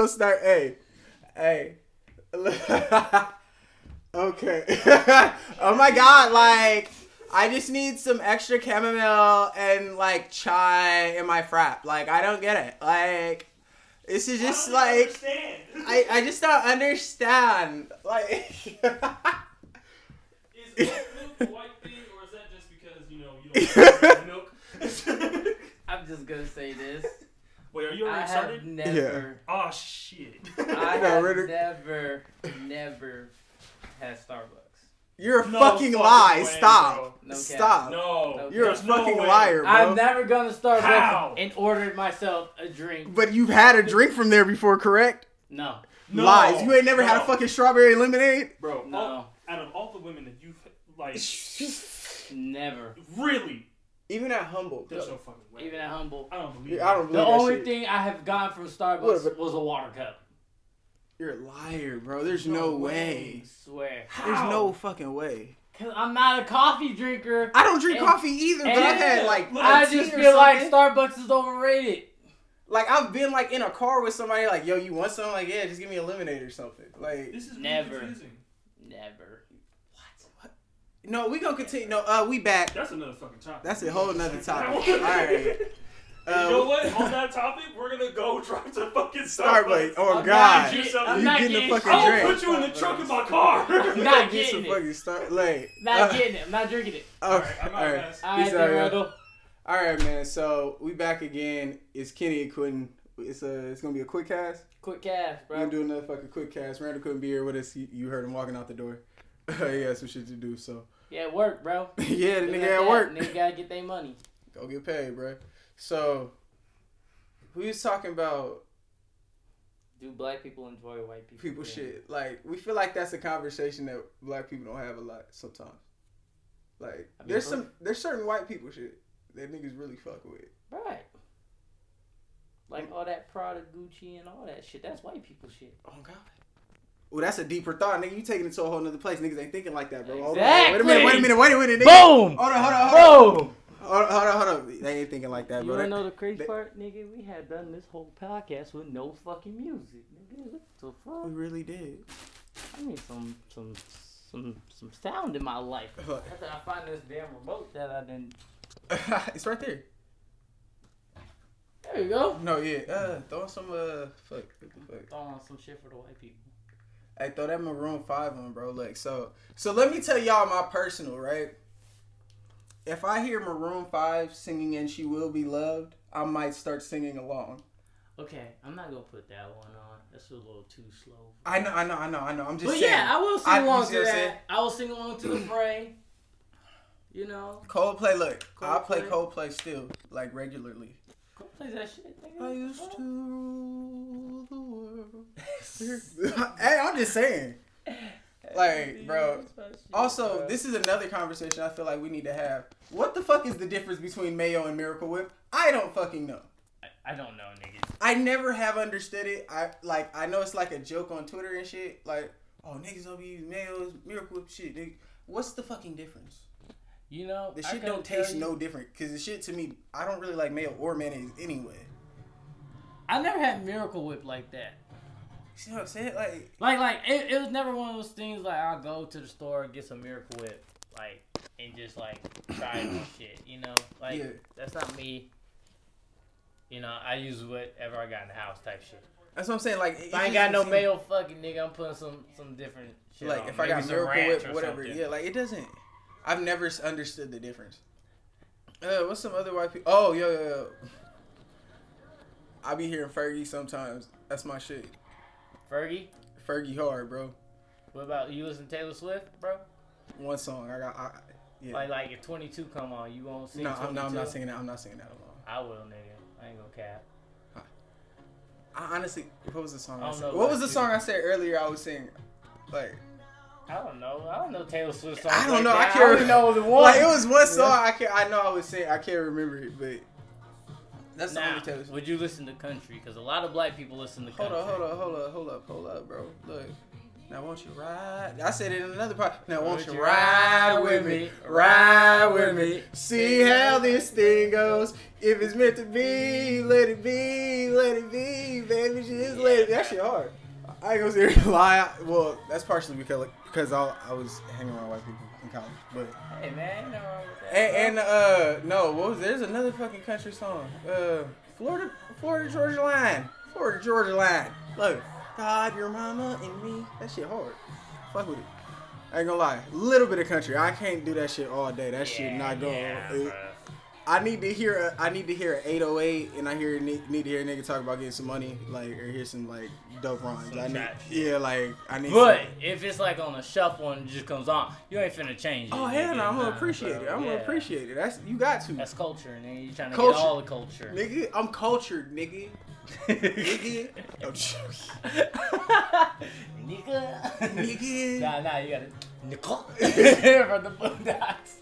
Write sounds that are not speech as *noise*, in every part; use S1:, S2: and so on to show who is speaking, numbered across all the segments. S1: Let's start. Hey, hey. *laughs* okay. *laughs* oh my god! Like, I just need some extra chamomile and like chai in my frap. Like, I don't get it. Like, this is just like
S2: Understand.
S1: I. I just don't understand. Like, *laughs*
S2: Is oat milk a white thing, or is that just because you know you don't like milk?
S3: I'm just gonna say this.
S2: Wait, are *laughs* you
S3: I
S2: already
S3: have
S2: started?
S3: never,
S2: Oh shit.
S1: *laughs*
S3: I
S1: No,
S3: have
S1: Ritter-
S3: never, never had Starbucks.
S1: you're a
S2: No
S1: fucking
S2: fucking
S1: lie.
S2: way,
S1: Stop.
S3: bro. No cap.
S1: Stop.
S2: No.
S3: Okay.
S1: You're a
S2: there's no
S1: fucking
S2: way.
S1: liar, bro.
S3: I've never gone to Starbucks
S2: How?
S3: and ordered myself a drink.
S1: But you've had a drink from there before, correct?
S3: No,
S2: No.
S1: Lies. You ain't never had a
S2: No.
S1: fucking strawberry lemonade.
S2: Bro,
S3: No.
S2: all- out of all the women that you've like,
S3: never.
S2: really,
S1: Even at Humble.
S2: there's no fucking way.
S3: Even at Humble.
S2: I don't believe.
S1: I don't believe
S2: it.
S3: The
S1: that
S3: only
S1: shit.
S3: thing I have gotten from
S1: What if
S3: Starbucks
S1: it-
S3: was a water cup.
S1: You're a liar, bro. There's no, way.
S3: Swear.
S1: There's
S2: How?
S1: no fucking way.
S3: Cause I'm not a coffee drinker.
S1: I don't drink
S3: And-
S1: coffee either, but
S3: and-
S1: I've had like
S2: Look,
S1: a
S3: I
S1: tea
S3: just
S1: or
S3: feel like
S1: something.
S3: Starbucks is overrated.
S1: like I've been like in a car with somebody like, yo, you want something? Like, yeah, just give me a lemonade or something. Like,
S2: This is really
S3: Never.
S2: confusing.
S3: Never.
S1: no, we gonna continue. No, uh, we back.
S2: That's another fucking topic.
S1: That's a whole nother topic. All
S2: *laughs* That one.
S1: right. Uh,
S2: you
S1: *laughs*
S2: know what? On that topic, we're gonna go *laughs* drive to fucking
S1: Starbucks.
S2: Starbucks.
S1: Oh
S3: I'm
S1: God.
S3: not get-
S2: You
S3: I'm not
S1: getting the fucking
S2: I
S1: drink.
S2: will put you in the trunk of my car.
S1: We
S3: Not
S1: gotta get
S3: getting
S1: some
S3: it.
S1: fucking star. Like,
S3: Not
S1: uh,
S3: getting it. I'm not drinking it.
S1: *laughs* All right,
S2: I'm
S1: all right.
S2: out,
S3: All right,
S1: Peace out,
S3: then,
S1: yo.
S3: Randall.
S1: All right, man. So we back again. It's Kenny and Quentin. It's a. It's gonna be a quick cast.
S3: Quick cash,
S1: We're gonna
S3: bro.
S1: do another fucking quick cast. Randall couldn't be here with us. You, you heard him walking out the door. *laughs* he had some shit to do. So *laughs*
S3: Yeah, work, bro.
S1: yeah, the
S3: Look
S1: nigga
S3: that.
S1: at work.
S3: Nigga gotta get their money.
S1: Go get paid, bruh. So we was talking about
S3: Do black people enjoy white people?
S1: people
S3: drink?
S1: shit. Like we feel like that's a conversation that black people don't have a lot sometimes. Like
S3: I mean,
S1: there's
S3: who-
S1: some there's certain white people shit that niggas really fuck with.
S3: Right. Like all that Prada, Gucci, and all that shit. That's white people shit.
S1: Oh God. Well, that's a deeper thought, nigga. You taking it to a whole nother place. Niggas ain't thinking like that, bro. Hold on. Wait a minute. Wait a minute. Wait a minute. Nigga.
S3: Boom!
S1: Hold on. Oh, Hold on. Hold on.
S3: Boom!
S1: Hold on. Hold on. Hold on. They ain't thinking like that,
S3: You
S1: bro.
S3: wanna
S1: They-
S3: know the crazy
S1: they-
S3: part, nigga? We had done this whole podcast with no fucking music, nigga. What
S1: *laughs*
S3: the
S1: We
S3: fuck?
S1: really did.
S3: I need some some some some sound in my life.
S1: Look.
S3: After I find this damn remote that I didn't.
S1: *laughs* it's right there.
S3: There you go.
S1: No, yeah. Uh, throw some uh, fuck, what the fuck.
S3: Throwing on some shit for the white people.
S1: Hey, throw that Maroon Five on, bro. Like, so, so let me tell y'all my personal right. If I hear Maroon Five singing "And She Will Be Loved," I might start singing along.
S3: Okay, I'm not gonna put that one on. That's a little too slow.
S1: I know, I know, I know, I know. I'm just
S3: but
S1: saying.
S3: yeah, I will sing
S1: I- you
S3: along
S1: see
S3: to
S1: what I'm
S3: that.
S1: saying?
S3: I will sing along to the fray. You know,
S1: Coldplay, look, I play
S3: Coldplay.
S1: Coldplay still, like regularly.
S3: go play that shit. nigga.
S1: I used to rule the world. *laughs* hey, I'm just saying. *laughs* Like, bro. Also, this is another conversation I feel like we need to have. What the fuck is the difference between mayo and Miracle Whip? I don't fucking know.
S3: I don't know, nigga.
S1: I never have understood it. I like I know it's like a joke on Twitter and shit. Like, oh niggas over use mayo, Miracle Whip shit. Nigga. What's the fucking difference?
S3: You know,
S1: The
S3: I
S1: shit
S3: couldn't
S1: don't taste
S3: tell you-
S1: no different. Cause the shit to me, I don't really like mayo or mayonnaise anyway.
S3: I never had Miracle Whip like that.
S1: See what I'm saying? Like,
S3: Like, like it, it was never one of those things. Like, I'll go to the store and get some Miracle Whip, like, and just like try new shit. You know, like
S1: Yeah.
S3: that's not me. You know, I use whatever I got in the house type shit.
S1: that's what I'm saying. Like,
S3: If I ain't got no mayo, fucking nigga, I'm putting some some different shit
S1: Like,
S3: on.
S1: if I
S3: Maybe
S1: got
S3: some
S1: Miracle
S3: ranch
S1: Whip,
S3: or
S1: whatever.
S3: something.
S1: Yeah, like it doesn't. I've never s- understood the
S3: *laughs*
S1: difference. Uh, what's some other white people? Oh, yo, yo, yo. I be hearing Fergie sometimes. That's my shit.
S3: Fergie,
S1: Fergie hard, bro.
S3: what about you? Listen to Taylor Swift, bro.
S1: One song. I got. I, yeah.
S3: Like, like if 22 come on, you won't sing
S1: no,
S3: 22.
S1: I'm, no, I'm not singing that. I'm not singing that alone.
S3: I will, nigga. I ain't gonna cap.
S1: I honestly, what was the song?
S3: I
S1: I
S3: don't
S1: said?
S3: know
S1: what
S3: about
S1: was the
S3: you.
S1: song I said earlier? I was singing, like,
S3: I don't know. I don't know Taylor Swift songs.
S1: I don't
S3: like
S1: know.
S3: That.
S1: I can't
S3: only know the one.
S1: Like it was one song.
S3: Yeah.
S1: I can I know I was saying. I can't remember it, but that's the
S3: now,
S1: only Taylor. Swift.
S3: would you listen to country? Because a lot of black people listen to
S1: Hold
S3: country.
S1: up, hold up, hold up, hold up, hold up, bro. Look, Now won't you ride? I said it in another part. Now won't
S3: Won't
S1: you
S3: you
S1: ride with me? Ride with me. See how this thing goes. If it's meant to be, let it be, let it be, baby. Just let it. That shit hard. I ain't gonna sit here and lie. Well, that's partially because because I, I was hanging around white people in college, but.
S3: Hey man, ain't no wrong with that.
S1: And, and uh, no, what was there's another fucking country song. Uh, Florida, Florida Georgia Line, Florida Georgia Line. Look, God, your mama and me. That shit hard. Fuck with it. I ain't gonna lie. Little bit of country. I can't do that shit all day. That shit not going.
S3: Yeah, bruh.
S1: I need to hear. A, I need to hear an 808, and I hear need, need to hear a nigga talk about getting some money, like or hear some like dope rhymes.
S3: Some
S1: I need,
S3: trap shit.
S1: yeah, like I need.
S3: But
S1: some-
S3: if it's like on a shuffle and it just comes on, you ain't finna change it.
S1: oh hell no,
S3: nigga.
S1: I'm gonna
S3: Nah,
S1: appreciate
S3: bro.
S1: it. I'm
S3: Yeah.
S1: gonna appreciate it. That's you got to.
S3: That's culture, nigga. You trying to
S1: Culture.
S3: get all the culture.
S1: Nigga, I'm cultured, nigga. Nigga. Oh,
S3: *laughs* nigga.
S1: nigga.
S3: Nah, nah, you gotta. *laughs* Nicole from the Boondocks.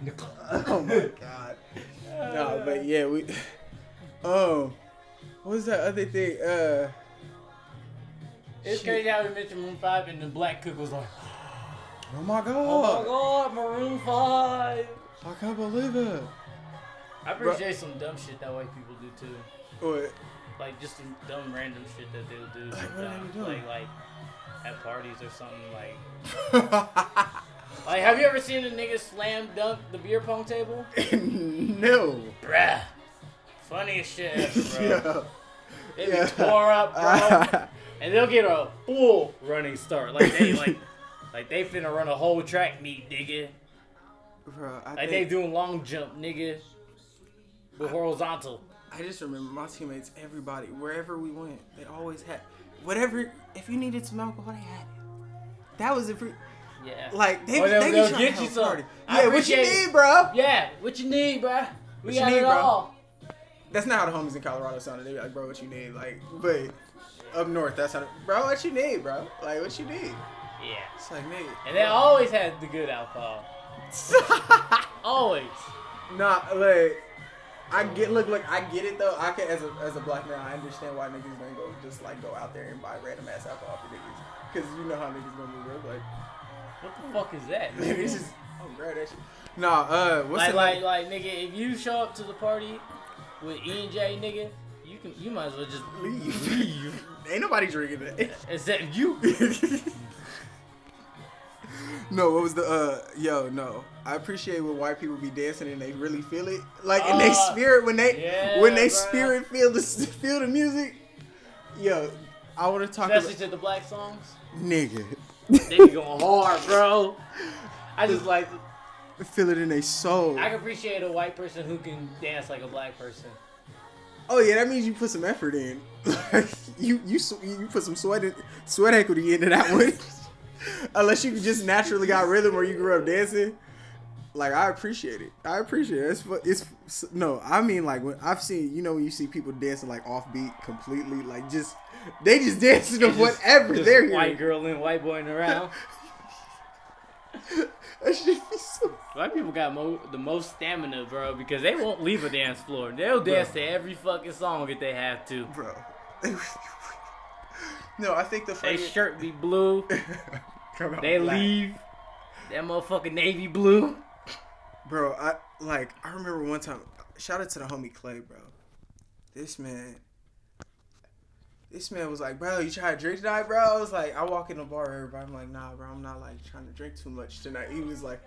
S3: Nicole.
S1: *laughs* Oh my god. No, but yeah, we. Um, what was that other thing? Uh,
S3: It's
S1: shit.
S3: crazy how we mentioned Maroon 5 and the black cook was like,
S1: Oh my god.
S3: oh my god, Maroon 5.
S1: I can't believe it.
S3: I appreciate some dumb shit that white people do too.
S1: What?
S3: Like just some dumb random shit that they'll do.
S1: Like, what are they
S3: sometimes.
S1: doing?
S3: Like, like at parties or something. Like, like have you ever seen a nigga slam dunk the beer
S1: *laughs*
S3: pong table?
S1: *laughs* no.
S3: Bruh. Funniest shit ever, bro.
S1: *laughs* Yeah.
S3: They be
S1: Yeah.
S3: tore
S1: *laughs*
S3: up, bro. and they'll get a full running start. Like
S1: *laughs*
S3: they like like they finna run a whole track meet, nigga.
S1: Bro, I,
S3: Like they
S1: think,
S3: doing long jump, nigga. But horizontal.
S1: I just remember my teammates, everybody, wherever we went, they always had whatever. If you needed some alcohol, they had it. That was a free.
S3: Yeah.
S1: Like they,
S3: Or
S1: they,
S3: Oh, they'll-
S1: be
S3: they'll
S1: trying
S3: get
S1: to have
S3: you
S1: a
S3: some.
S1: party.
S3: I
S1: Yeah, what you
S3: appreciate it.
S1: need, bro?
S3: Yeah, what you need, bruh? We
S1: What you
S3: got
S1: need,
S3: it
S1: bruh?
S3: all.
S1: That's not how the homies in Colorado sounded. They be like, bro, what you need? Like, but up north, that's how. the- Bro, what you need, bro? Like, what you need?
S3: Yeah.
S1: It's like, nigga.
S3: And they always had the good alcohol. Always.
S1: *laughs* nah, like, I get. Look, look, I get it though. I can, as a as a black man, I understand why niggas don't go just like go out there and buy random ass alcohol for niggas, cause you know how niggas gonna be real. Like, *laughs*
S3: What the fuck is that?
S1: niggas just, oh, grab that shit. Nah, uh, what's
S3: like,
S1: the
S3: like, like, nigga, if you show up to the party with E and J, nigga, you can, you might as well just
S1: leave? Leave. *laughs* Ain't nobody drinking that.
S3: except
S1: *laughs*
S3: you.
S1: no, what was the uh yo, no. I appreciate when white people be dancing and they really feel it. Like in they
S3: Ah,
S1: spirit when they
S3: yeah,
S1: when they
S3: bruh.
S1: spirit feel the feel the music. Yo, I wanna talk
S3: Especially
S1: about
S3: to the black songs,
S1: nigga.
S3: they be going hard, bro. I just like,
S1: Feel it in their soul.
S3: I can appreciate a white person who can dance like a black person.
S1: Oh yeah, that means you put some effort in. *laughs* you you s- you put some sweat in, sweat equity into that one. *laughs* Unless you just naturally got rhythm or you grew up dancing. Like I appreciate it. I appreciate it. It's fu- it's s- no. I mean like when I've seen you know when you see people dancing like offbeat completely like just they just dancing to
S3: It's just-
S1: whatever
S3: just
S1: they're hearing.
S3: white girl and white boy in around.
S1: *laughs* That shit be so.
S3: White people got mo- the most stamina, bro, because they won't leave a dance floor. They'll dance to every fucking song if they have to.
S1: Bro. *laughs* no, I think the
S3: They
S1: funniest.
S3: shirt be blue.
S1: *laughs* Come on,
S3: They
S1: black.
S3: leave. That motherfucking navy blue.
S1: Bro, I like I remember one time. Shout out to the homie Clay, bro. This man, this man was like, bro, you trying to drink tonight, bro? I was like, I walk in the bar, everybody. I'm like, nah, bro, I'm not like trying to drink too much tonight. He was like,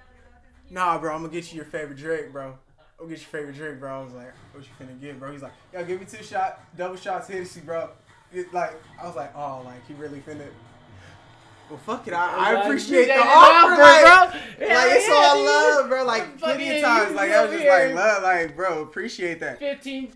S1: nah, bro, I'm gonna get you your favorite drink, bro. I'll get your favorite drink, bro. I was like, what you finna get, bro? He's like, yo, give me two shot, double shots, Hennessy, bro. It, like, I was like, oh, like he really finna. Well, fuck it, I, I
S3: Like,
S1: appreciate
S3: you
S1: the
S3: got an
S1: offer, like,
S3: bro.
S1: like
S3: Hell
S1: it's
S3: yeah,
S1: all
S3: dude.
S1: love, bro. Like
S3: I'm
S1: plenty
S3: fucking
S1: of times,
S3: you
S1: like I was
S3: over
S1: just like
S3: here.
S1: love, like bro, appreciate that.
S3: Fifteen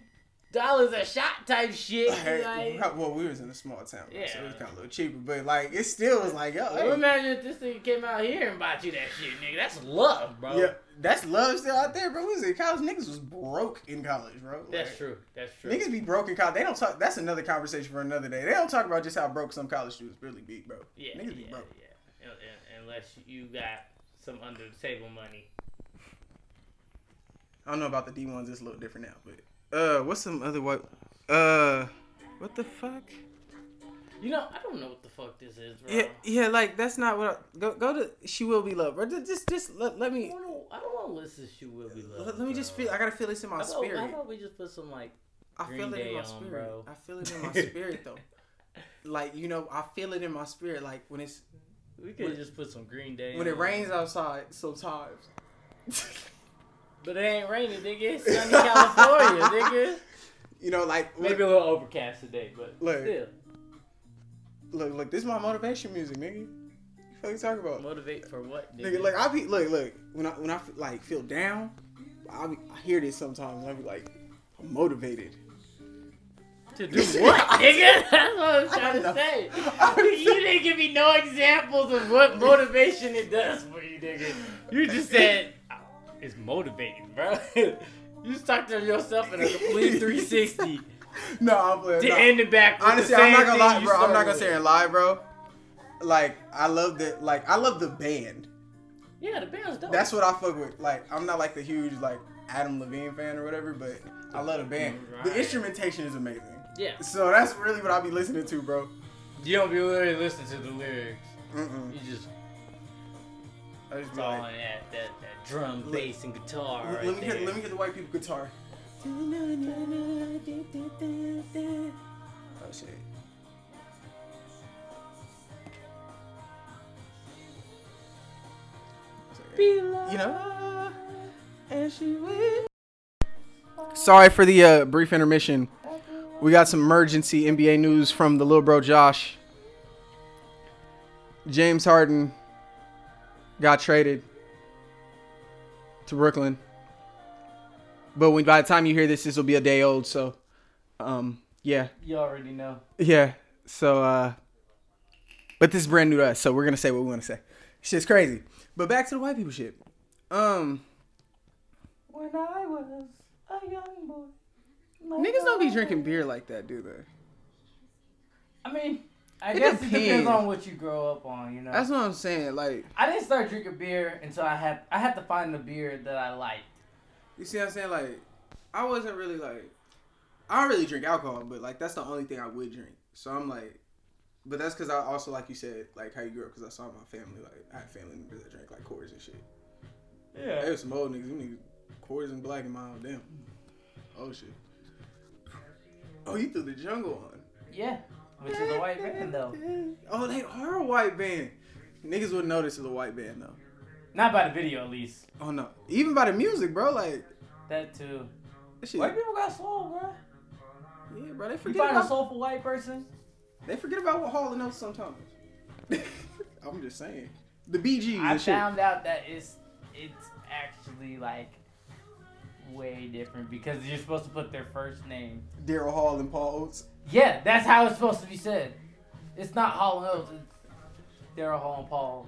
S3: dollars a shot type shit.
S1: Hey,
S3: like,
S1: well, we was in a small town, bro, so it was
S3: Yeah.
S1: kind of a little cheaper, but like it still was like yo,
S3: well,
S1: hey,
S3: imagine if this nigga came out here and bought you that shit, nigga. That's love, bro.
S1: yeah, that's love still out there, bro. We was in college, niggas was broke in college, bro. Like,
S3: That's true. That's true.
S1: Niggas be broke in college. They don't talk. That's another conversation for another day. They don't talk about just how broke some college students really be, bro.
S3: yeah,
S1: niggas
S3: yeah,
S1: be broke.
S3: yeah. Un- un- Unless you got some under the table money.
S1: I don't know about the D ones. It's a little different now, but uh, what's some other white? Uh, what the fuck?
S3: You know, I don't know what the fuck this is, bro.
S1: Yeah, yeah, like that's not what. I, go, go to. She will be loved, bro. Just, just, just let, let
S3: I
S1: me.
S3: don't wanna- I don't want to listen to She Will Be Loved.
S1: Let, let me just
S3: bro.
S1: feel. I gotta feel this in my
S3: How about-
S1: spirit.
S3: How about we just put some like
S1: I feel
S3: Green
S1: it in
S3: Day
S1: my
S3: on,
S1: spirit.
S3: bro.
S1: I feel it in
S3: *laughs*
S1: my spirit though. Like you know, I feel it in my spirit. Like when it's
S3: we could
S1: When-
S3: just put some Green Day.
S1: when it
S3: on.
S1: rains outside sometimes.
S3: but it ain't raining, nigga. It's
S1: *laughs*
S3: sunny California, nigga.
S1: You know, like look,
S3: Maybe a little overcast today, but
S1: Look.
S3: still
S1: look, look, this is my motivation music, nigga. What you talking about?
S3: motivate for what, nigga?
S1: uh, Nigga, like I be look, look. When I when I f- like feel down, I be, I hear this sometimes. and I be like, I'm motivated. *laughs*
S3: to do what, nigga? *laughs* That's what I'm
S1: don't
S3: trying
S1: know.
S3: to say. *laughs*
S1: I don't
S3: *laughs* You didn't give me no examples of
S1: *laughs*
S3: what motivation it does for you, nigga. You just said "Oh, it's motivating, bro. *laughs* you just talked to yourself in a
S1: *laughs*
S3: complete 360.
S1: No, I'm playing.
S3: *laughs* To
S1: no.
S3: end it back. With
S1: Honestly,
S3: the
S1: I'm
S3: same
S1: not gonna
S3: thing
S1: lie,
S3: you
S1: bro. I'm not gonna
S3: started
S1: say
S3: with.
S1: and lie, bro. Like I love the like I love the band.
S3: Yeah, the band's dope.
S1: That's what I fuck with. Like I'm not like the huge like Adam Levine fan or whatever, but I love the band. The
S3: Right.
S1: instrumentation is amazing.
S3: yeah.
S1: So that's really what I be listening to, bro.
S3: You don't be literally listening to the lyrics.
S1: Mm-mm.
S3: You just
S1: I just be
S3: all
S1: like,
S3: on that, that, that drum,
S1: Let-
S3: bass, and guitar.
S1: let,
S3: right
S1: let me
S3: there.
S1: hear let me hear the white people guitar. Oh shit. You know. And she will. Sorry for the uh, brief intermission. We got some emergency NBA news from the little bro Josh. James Harden got traded to Brooklyn. But when by the time you hear this, this will be a day old. So, um, yeah,
S3: You already know.
S1: yeah. So, uh, but this is brand new to us, so we're gonna say what we want to say. Shit's crazy. But back to the white people shit. Um,
S3: When I was a young boy.
S1: niggas don't be drinking beer like that, do they?
S3: I mean, I
S1: It
S3: guess it
S1: depends.
S3: depends on what you grow up on, you know.
S1: That's what I'm saying. Like,
S3: I didn't start drinking beer until I had I had to find the beer that I liked.
S1: you see what I'm saying? Like, I wasn't really like, I don't really drink alcohol, but like that's the only thing I would drink. So I'm like, but that's because I also like you said, like how you grew up, because I saw my family, like I had family members that drank like Coors and shit. They
S3: Yeah.
S1: was some old niggas. Them niggas quarters and black and mild. Damn. Oh shit. Oh, you threw the jungle on.
S3: Yeah. Which is a white band though.
S1: Oh, they are a white band. Niggas would know this is a white band though.
S3: Not by the video at least.
S1: Oh no. Even by the music, bro. Like
S3: That too.
S1: that shit.
S3: White people got soul, bro.
S1: Yeah, bro. They
S3: You
S1: forget
S3: find a
S1: about.
S3: soulful white person.
S1: They forget about what Hall and Oates sometimes. *laughs* I'm just saying. The BGs
S3: I
S1: and shit.
S3: found out that it's it's actually like way different because you're supposed to put their first name.
S1: Daryl Hall and Paul Oates.
S3: Yeah, that's how it's supposed to be said. It's not Hall and Oates. It's Daryl Hall and Paul.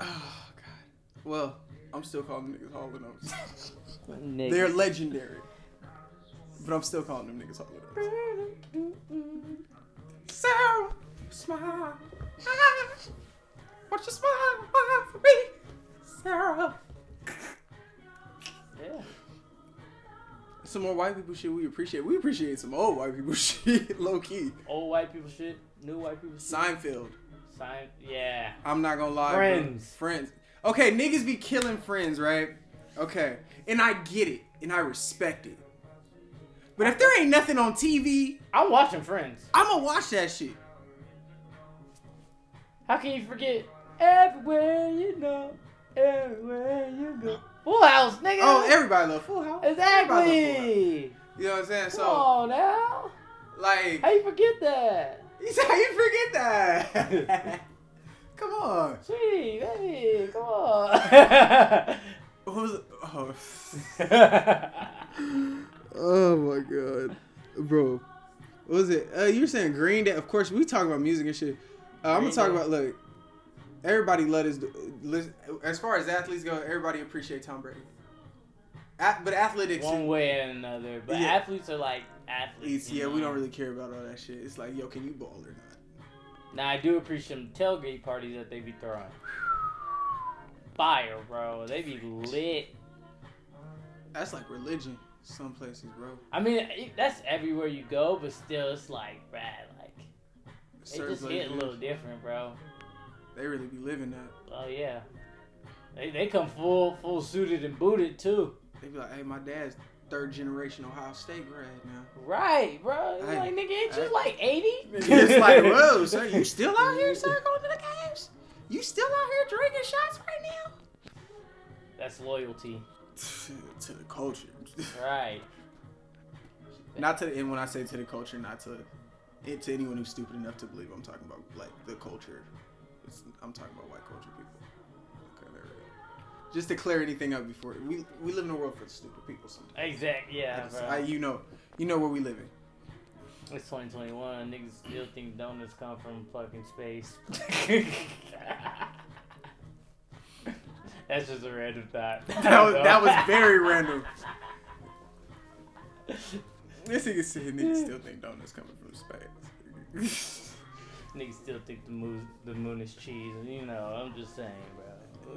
S1: Oh god. Well, I'm still calling niggas Hall and Oates. *laughs*
S3: Nigga.
S1: They're legendary. But I'm still calling them niggas Hall and Oates. Sarah, smile. Won't you smile for me, Sarah?
S3: Yeah.
S1: Some more white people shit we appreciate. We appreciate some old white people *laughs* shit, low key.
S3: Old white people shit. New white people shit.
S1: Seinfeld.
S3: Sign. Yeah.
S1: I'm not gonna lie. bro.
S3: Friends.
S1: Friends. Okay, niggas be killing friends, right? Okay. And I get it, and I respect it. But if there ain't nothing on TV,
S3: I'm watching Friends.
S1: I'ma watch that shit.
S3: How can you forget? Everywhere you know, everywhere you go. Full House, nigga.
S1: Oh, everybody love Full House. Everybody love Full House.
S3: exactly.
S1: You know what I'm saying?
S3: Come
S1: So,
S3: on now.
S1: like,
S3: How you forget that?
S1: He said, "How you forget that?" *laughs* Come on.
S3: Gee, baby,
S1: *laughs*
S3: come on.
S1: What was? Oh.
S3: yeah,
S1: oh my god, bro. What was it? Uh, you were saying Green Day. Of course, we talk about music and shit. Uh, I'm gonna
S3: Green
S1: talk
S3: Day.
S1: about look. Everybody let us listen. As far as athletes go, everybody appreciate Tom Brady. A- but athletics,
S3: one way or another. But
S1: Yeah.
S3: athletes are like athletes.
S1: athletes,
S3: you
S1: yeah, we
S3: know?
S1: don't really care about all that shit. It's like, yo, can you ball or not?
S3: Now I do appreciate them tailgate parties that they be throwing. Fire, bro. They be lit.
S1: That's like religion. Some places, bro.
S3: e, I mean, it- that's everywhere you go, but still, it's like, rad. Like, It just hit a little different, bro.
S1: They really be living that.
S3: Oh yeah, they they come full full suited and booted too.
S1: They be like, hey, my dad's third generation Ohio State grad *laughs* now.
S3: Right, bro. It's
S1: Hey,
S3: like nigga, ain't
S1: hey.
S3: you like
S1: *laughs*
S3: eighty?
S1: it's like, whoa, sir,
S3: *laughs*
S1: you still out here, sir, going to the games? You still out here drinking shots right now?
S3: That's loyalty,
S1: *laughs* to the culture. *laughs*
S3: right?
S1: not to, and when I say to the culture, not to, it, to anyone who's stupid enough to believe I'm talking about, like, the culture. It's, I'm talking about white culture people. Okay, there we go. Just to clear anything up before, we, we live in a world for stupid people sometimes.
S3: Exactly.
S1: I
S3: Yeah,
S1: just-
S3: bro.
S1: I- you know, you know where we
S3: *laughs*
S1: live in.
S3: It's 2021. Niggas still think donuts come from fucking *laughs* space. That's just a random thought.
S1: *laughs* That was, that was very random. This nigga said niggas still think donuts coming from space.
S3: *laughs* Niggas still think the moon, the moon is cheese. and You know, I'm just saying, *laughs* bro.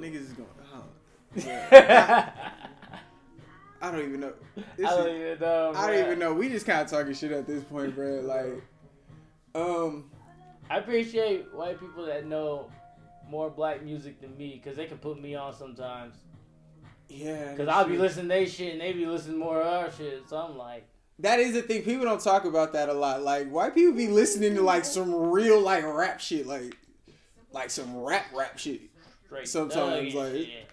S1: *laughs* niggas is going, oh,
S3: I
S1: I don't even know. This is-
S3: don't even know.
S1: I
S3: bruh.
S1: don't even know. We just kind of talking shit at this point, bro. Like, um,
S3: I appreciate white people that know more black music than me because they can put me on sometimes.
S1: yeah.
S3: Because
S1: that
S3: I'll be
S1: shit-
S3: listening to their shit and they be listening more to our shit. So I'm like,
S1: That is the thing. People don't talk about that a lot. Like, why people be listening to like some real like rap shit, like, like some rap rap shit.
S3: straight
S1: Sometimes,
S3: thug and
S1: like-
S3: shit.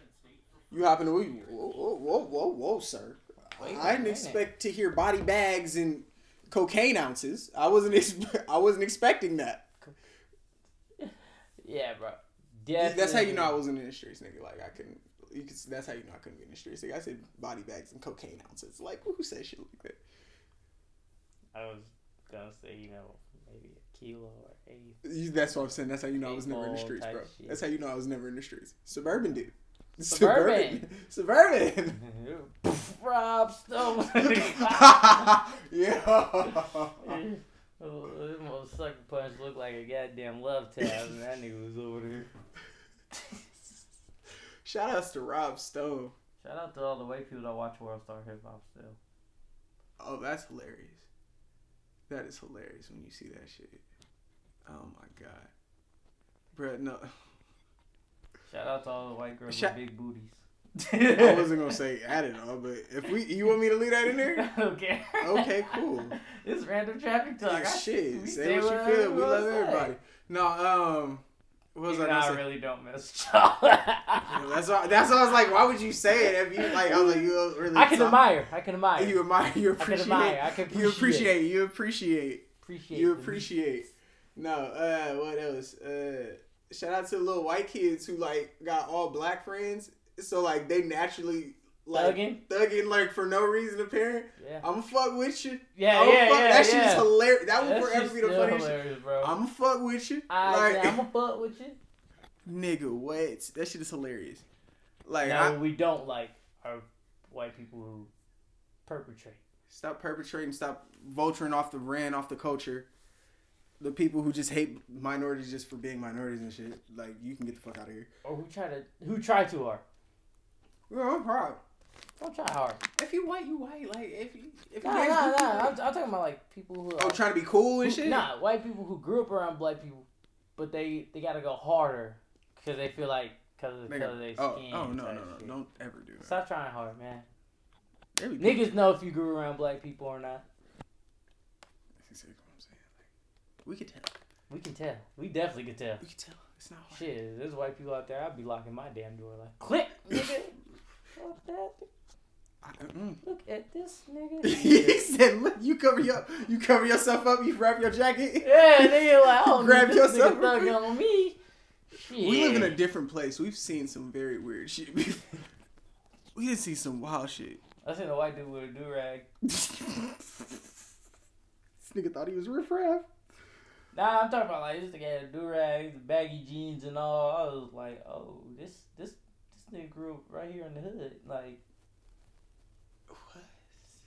S1: You hopping away. Whoa, whoa, whoa, whoa, whoa, sir.
S3: Wait
S1: I
S3: a
S1: didn't
S3: minute.
S1: expect to hear body bags and cocaine ounces. I wasn't. Expe- *laughs* I wasn't expecting that.
S3: Yeah, bro. Definitely.
S1: That's how you know I wasn't in the streets, nigga. Like I couldn't. You could, that's how you know I couldn't get in the streets. Like I said, body bags and cocaine ounces. Like who says shit like that?
S3: I was gonna say, you know, maybe a kilo or
S1: *laughs*
S3: eight.
S1: You- That's what I'm saying. That's how you know I was never in the
S3: People
S1: streets,
S3: type
S1: bro.
S3: shit.
S1: That's how you know I was never in the streets. Suburban *laughs* dude.
S3: Suburban.
S1: Suburban.
S3: Rob
S1: *laughs*
S3: *laughs* Stone.
S1: yeah.
S3: Oh, this motherfucker sucker punch looked like a goddamn love tab, and that nigga was over there.
S1: Shout outs to Rob Stone.
S3: Shout out to all the white people that watch World Star Hip Hop still.
S1: Oh, that's hilarious. That is hilarious when you see that shit. Oh my god. Bruh, no. *laughs*
S3: Shout out to all the white girls
S1: Shout-
S3: with big booties.
S1: I
S3: *laughs*
S1: wasn't gonna say add it all, but if we you want me to leave that in
S3: *laughs*
S1: there?
S3: okay.
S1: Okay, cool.
S3: *laughs* It's random traffic talk.
S1: Yeah,
S3: I-
S1: shit.
S3: we
S1: Say what you
S3: whatever
S1: feel. We
S3: wanna
S1: love
S3: say.
S1: everybody. No, um what was
S3: Even
S1: I gonna
S3: though I
S1: say?
S3: really don't miss *laughs*
S1: *laughs*
S3: y'all.
S1: Yeah, That's why that's why I was like, why would you say it if you like I was like you don't really
S3: I can
S1: talk-
S3: admire. I can admire.
S1: you admire you
S3: I can
S1: appreciate
S3: admire. I can
S1: you appreciate you appreciate
S3: appreciate
S1: You
S3: the-
S1: appreciate. No, uh, what else? Uh, shout out to the little white kids who like got all black friends, so like they naturally like
S3: Thugging?
S1: thugging like for no reason apparent.
S3: Yeah.
S1: I'm fuck with you.
S3: *laughs* Yeah,
S1: I'm
S3: yeah,
S1: Oh, fuck,
S3: yeah,
S1: that shit's
S3: yeah.
S1: hilarious. That will
S3: That
S1: forever
S3: shit's
S1: be the
S3: still
S1: funniest. shit.
S3: hilarious, bro.
S1: I'm fuck with you.
S3: I,
S1: like,
S3: am a fuck with you.
S1: *laughs* nigga, what? That shit is hilarious. Like,
S3: now,
S1: I,
S3: what we don't like are white people who perpetrate.
S1: stop perpetrating. Stop vulturing off the brand, off the culture. The people who just hate minorities just for being minorities and shit. Like, you can get the fuck out of here.
S3: Or who try to who try too hard.
S1: Yeah, I'm proud.
S3: Don't try hard.
S1: If you white, you white. Like if you if
S3: Nah,
S1: you
S3: nah,
S1: guys
S3: nah.
S1: do-
S3: I'm, I'm talking about like people who
S1: Oh,
S3: are
S1: trying to be cool and
S3: who-
S1: shit.
S3: Nah, white people who grew up around black people, but they they gotta go harder because they feel like because of the color of their
S1: Nigga.
S3: skin.
S1: Oh, oh no, no,
S3: type
S1: no!
S3: shit.
S1: Don't ever do that.
S3: Stop trying hard, man.
S1: There we go.
S3: Niggas know if you grew around black people or not.
S1: That's exactly what I'm saying. Like, we could tell.
S3: We can tell. We definitely can tell.
S1: We could tell. It's not hard.
S3: Shit, there's white people out there. I'd be locking my damn door like, click, nigga. Fuck that.
S1: I, mm. *laughs*
S3: Look at this
S1: he *laughs*
S3: nigga.
S1: said, "Look, you cover your you cover yourself up. You wrap your jacket.
S3: yeah, nigga, like, oh,
S1: Grab
S3: grab this
S1: yourself
S3: nigga
S1: real
S3: thug on me. Shit.
S1: We live in a different place. We've seen some very weird shit. before. *laughs* we did see some wild shit. *laughs*
S3: I seen a white dude with a do rag.
S1: this nigga thought he was riffraff.
S3: Nah, I'm talking about like this nigga had a do rag, baggy jeans, and all. I was like, oh, this this this nigga grew up right here in the hood. Like
S1: What?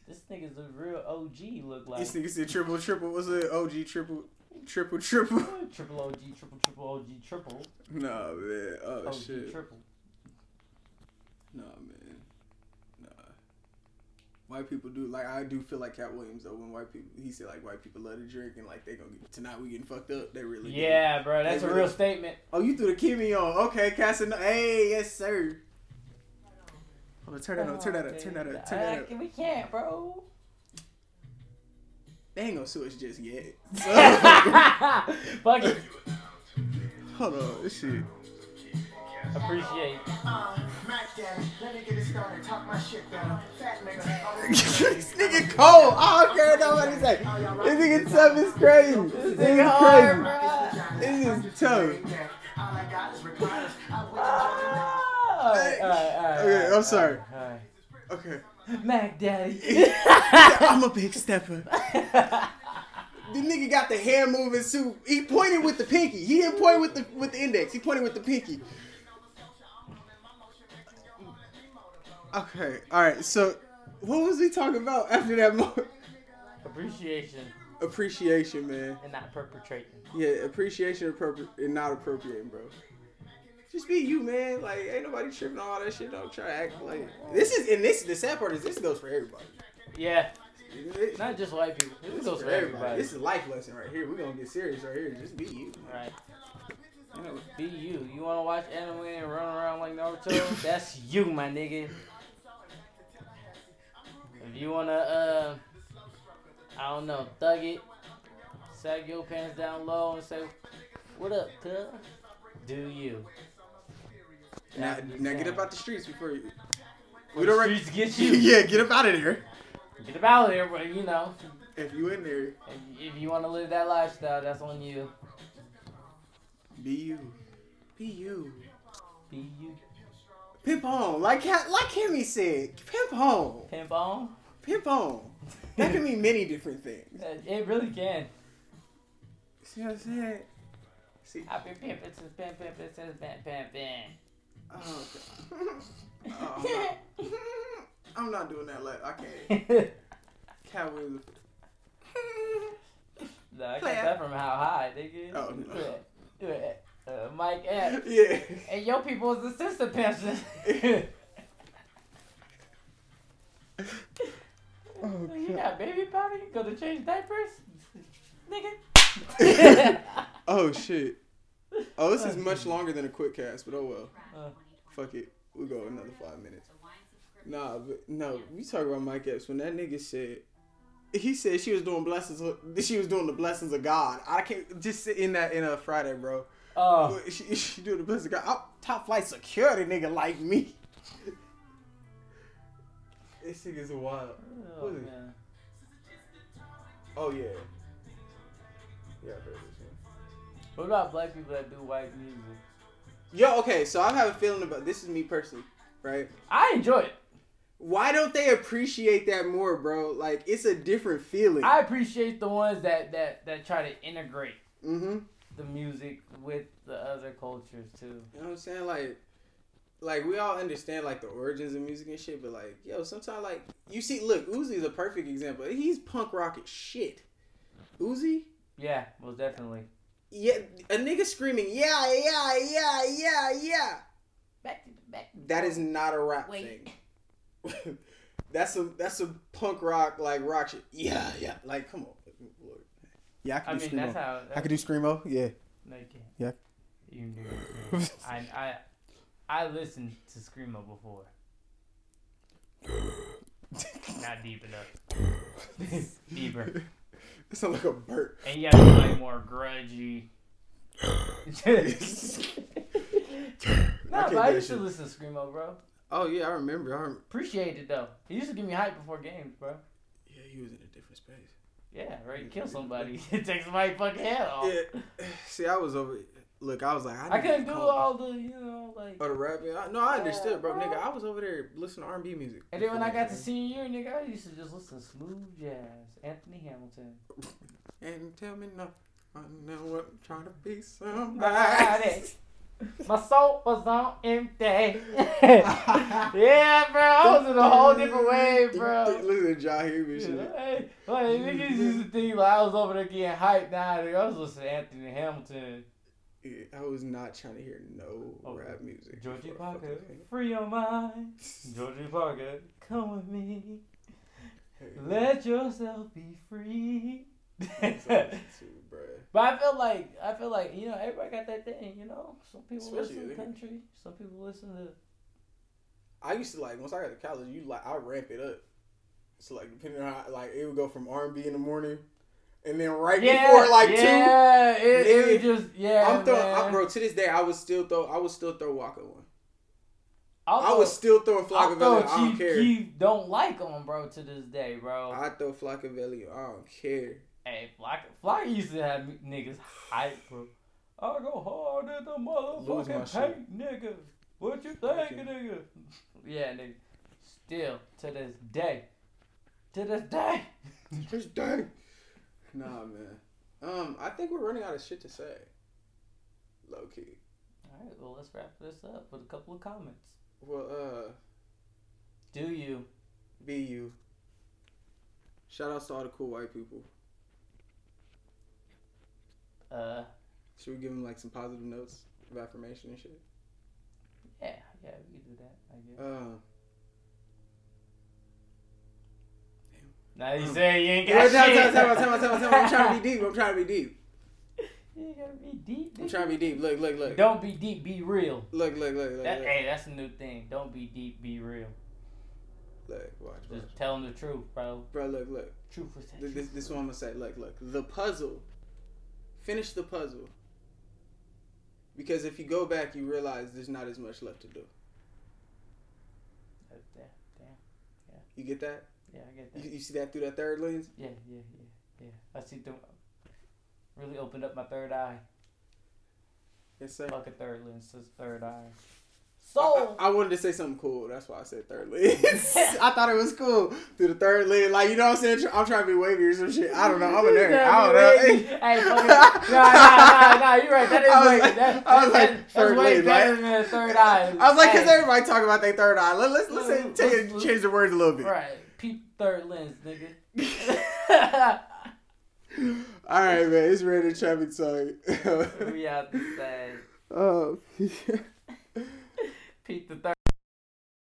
S3: this nigga's a real OG. Look like
S1: This nigga said triple triple. What's it? OG triple triple triple. *laughs*
S3: triple OG, triple triple OG, triple
S1: Nah, man. Oh,
S3: OG,
S1: shit.
S3: triple.
S1: Nah, man. Nah. white people do like I do feel like Cat Williams though when white people he said like white people love to drink and like they gonna get tonight we getting fucked up they really do.
S3: Yeah, bro, that's
S1: They
S3: a
S1: really-
S3: real statement.
S1: oh you threw the Kimmy on okay Casanova hey yes sir hold on turn that up turn that up turn that up turn that up
S3: We
S1: *laughs*
S3: can't, bro. *laughs*
S1: they ain't gonna sue us just
S3: *laughs*
S1: yet so, *laughs*
S3: Fuck it.
S1: hold on this shit
S3: Appreciate.
S4: Uh, Mac Daddy, let me get it started. Talk my shit down. Fat nigga. I'm
S1: this nigga cold I don't care about what he say this nigga tough is crazy this nigga crazy this is tough.
S4: All I got is recliners. I wish I
S1: Hey. Okay, I'm sorry. Okay.
S3: Mac Daddy.
S1: *laughs* I'm a big stepper. *laughs* The nigga got the hand moving suit. He pointed with the pinky. He didn't point with the with the index. He pointed with the pinky. Okay. All right. So, what was we talking about after that? Mo-
S3: Appreciation
S1: appreciation, man.
S3: and not perpetrating.
S1: Yeah, appreciation appropri- and not appropriating, bro. Just be you, man. Like, ain't nobody tripping on all that shit. Don't try to act like this is. And this the sad part is this goes for everybody.
S3: Yeah,
S1: It-
S3: not just white people. This goes for everybody.
S1: This is life lesson right here. We're gonna get serious right here. Just be you.
S3: Right. Be you. You wanna watch anime and run around like
S1: *coughs*
S3: Naruto? That's you, my nigga. If you wanna, uh, I don't know, thug it, sag your pants down low and say, "What up, cuz?" Do you?
S1: Now,
S3: That's the
S1: now get
S3: thing.
S1: up out the streets before
S3: *laughs*
S1: you.
S3: When
S1: don't
S3: the
S1: rec-
S3: streets get
S1: *laughs*
S3: you.
S1: yeah, get up out of there.
S3: Get up out of there, but you know,
S1: If you in there,
S3: if, if you wanna live that lifestyle, that's on you.
S1: be you. Be you.
S3: Be you.
S1: Pimp on, like Ha- like Kimmy said. Pimp on.
S3: Pimp on.
S1: Pimp on. That can mean many different things.
S3: It it really can.
S1: See what I'm saying? See.
S3: I've been pimping since been pimping since been pimping.
S1: Oh, God. *laughs* Oh, I'm, not, I'm not doing that. Like I can't. Cat Williams.
S3: No, I
S1: Clap.
S3: got that from how high, nigga.
S1: Oh, no.
S3: Do it. Do it. *laughs* Uh, Mike F.
S1: Yeah. *laughs*
S3: And your people is assistant pension.
S1: Oh,
S3: you
S1: God.
S3: got baby powder? You go to change diapers? *laughs*
S1: *laughs*
S3: nigga.
S1: Oh shit. Oh, this is much longer than a quick cast, but oh well.
S3: Uh.
S1: Fuck it. We go another five minutes. Nah, but no, we talk about Mike Epps when that nigga said he said she was doing blessings of- she was doing the blessings of God. I can't just sit in that in a Friday, bro.
S3: oh,
S1: She, she doing the blessings of God. I'm top flight security nigga like me. *laughs* this nigga's wild.
S3: oh
S1: What is it?
S3: man.
S1: Oh yeah. Yeah, I heard this one.
S3: What about black people that do white music?
S1: Yo, okay, so I have a feeling about this is me personally, right?
S3: I enjoy it.
S1: Why don't they appreciate that more, bro? Like it's a different feeling.
S3: I appreciate the ones that that that try to integrate
S1: mm-hmm. You
S3: the music with the other cultures too.
S1: know what I'm saying? Like, like we all understand like the origins of music and shit, but like, yo, sometimes like you see, look, Uzi's a perfect example. He's punk rocket shit. Uzi,
S3: Yeah, most definitely.
S1: yeah, a nigga screaming, yeah, yeah, yeah, yeah, yeah.
S3: Back to the back.
S1: That is not a rap
S3: Wait.
S1: thing. *laughs* that's a that's a punk rock like rock shit. Yeah, yeah. Like, come on, Lord. Yeah, I
S3: I
S1: can do
S3: mean,
S1: screamo.
S3: that's how.
S1: I could do screamo. Yeah. *laughs*
S3: No, you can't.
S1: Yeah.
S3: You knew
S1: *laughs*
S3: it. I, I, I listened to Screamo before. Not deep enough.
S1: *laughs*
S3: Deeper.
S1: It sounds like a
S3: *coughs*
S1: burp.
S3: And you gotta be like more grudgy.
S1: *laughs* I
S3: no,
S1: can't
S3: but I
S1: do that
S3: used to
S1: shit.
S3: listen to Screamo, bro.
S1: Oh yeah, I remember. I remember.
S3: Appreciate it though. He used to give me hype before games, bro.
S1: Yeah, he was in a different space.
S3: Yeah, right. Kill somebody. *laughs* it takes my fucking head off.
S1: Yeah. *sighs* See, I was over. Look, I was like, I,
S3: Oh. I couldn't
S1: need to
S3: do
S1: call-
S3: all the, you know, like.
S1: Oh, the rap. Yeah, I- no, I understood, bro.
S3: Yeah.
S1: Nigga, I was over there listening to R&B music.
S3: And then when I got to senior year, nigga, I used to just listen to smooth jazz, Anthony Hamilton.
S1: And tell me no, I know what I'm trying to be somebody.
S3: Somebody. My soul was on empty. *laughs* yeah, bro. *laughs* I was in a whole different
S1: *laughs*
S3: way, bro.
S1: Listen to John Huber shit.
S3: Like, like, niggas used to think like I was over there getting hyped. Nah, nigga, I was listening to Anthony Hamilton,
S1: Yeah, I was not trying to hear no
S3: Oh,
S1: rap music.
S3: Georgie
S1: before I
S3: Parker,
S1: fucking-
S3: free your mind. Georgie Parker, come with me. Let yourself be free.
S1: Too,
S3: but
S1: bruh.
S3: I feel like I feel like you know everybody got that thing. You know, some people
S1: Especially
S3: listen to
S1: the nigga.
S3: country, some people listen to
S1: I used to like once I got to college, you like I ramp it up. So like depending on how, like it would go from R and B in the morning, and then right before like two,
S3: yeah, it,
S1: nigga,
S3: it just yeah.
S1: I'm throwing. I,
S3: man.
S1: bro, to this day, I would still throw. I would still throw Waka one.
S3: I'll
S1: I
S3: throw-
S1: was still throwing
S3: Oh, I'll
S1: Flockavelli.
S3: throw
S1: I don't
S3: Chief
S1: care.
S3: Keef don't like him, bro. To this day, bro.
S1: I throw Flockavelli. I don't care.
S3: hey, Flock, Flock used to have me- niggas hype, bro. I go hard at the
S1: Lose my
S3: motherfucking
S1: shit.
S3: paint, nigga. What you
S1: Fuck
S3: think,
S1: you.
S3: nigga? *laughs* Yeah, nigga. Still to this day, to this day.
S1: This day. Nah, man. Um, I think we're running out of shit to say. Low key.
S3: All right, well let's wrap this up with a couple of comments.
S1: Well, uh,
S3: Do you?
S1: be you. Shout outs to all the cool white people.
S3: Uh,
S1: Should we give them like some positive notes of affirmation and shit?
S3: yeah, yeah, we can do that. I guess.
S1: Um,
S3: Now you say you ain't
S1: yeah,
S3: got
S1: Mm. tell,
S3: shit.
S1: tell, tell, tell, tell, tell, I'm trying to be deep. I'm trying to be deep.
S3: *laughs* You ain't gotta be deep.
S1: I'm
S3: nigga.
S1: trying to be deep. Look, look, look.
S3: Don't be deep, be real.
S1: Look, look, look, look.
S3: That,
S1: look.
S3: hey, that's a new thing. Don't be deep, be real.
S1: Look, watch, watch.
S3: Just tell them the truth, bro.
S1: Bro, look, look.
S3: Truth is that
S1: This, this,
S3: truth.
S1: this one I'm gonna say. Look, look. The puzzle. Finish the puzzle. Because if you go back, you realize there's not as much left to do.
S3: That- that-
S1: You get that?
S3: Yeah, I get
S1: You,
S3: that.
S1: you see that through that third lens?
S3: Yeah, yeah, yeah, yeah. I see them. Really opened up my third eye.
S1: Yes, sir.
S3: Fuck a third lens, it's third eye.
S1: I,
S3: So,
S1: I wanted to say something cool. That's why I said third
S3: *laughs*
S1: lens. *laughs* I thought it was cool through the third lens. Like you know what I'm saying? I'm trying to be wavy or some shit. I don't know. I'm a nerd. I don't *laughs*
S3: Hey,
S1: know.
S3: fucking, nah, nah, nah, nah, you're right. That is
S1: I was
S3: way-
S1: like-
S3: that,
S1: I was
S3: that-
S1: like,
S3: that's
S1: third
S3: way
S1: lens,
S3: better
S1: right?
S3: than a third eye.
S1: I was like, because
S3: Hey,
S1: everybody talking about their third eye. Let, let's let's say,
S3: Let's-
S1: change,
S3: let's-
S1: change the words a little bit.
S3: Right, peep third lens, *laughs* nigga.
S1: All right, man. It's ready to trap it. Sorry.
S3: we have to say.
S1: *laughs* Oh.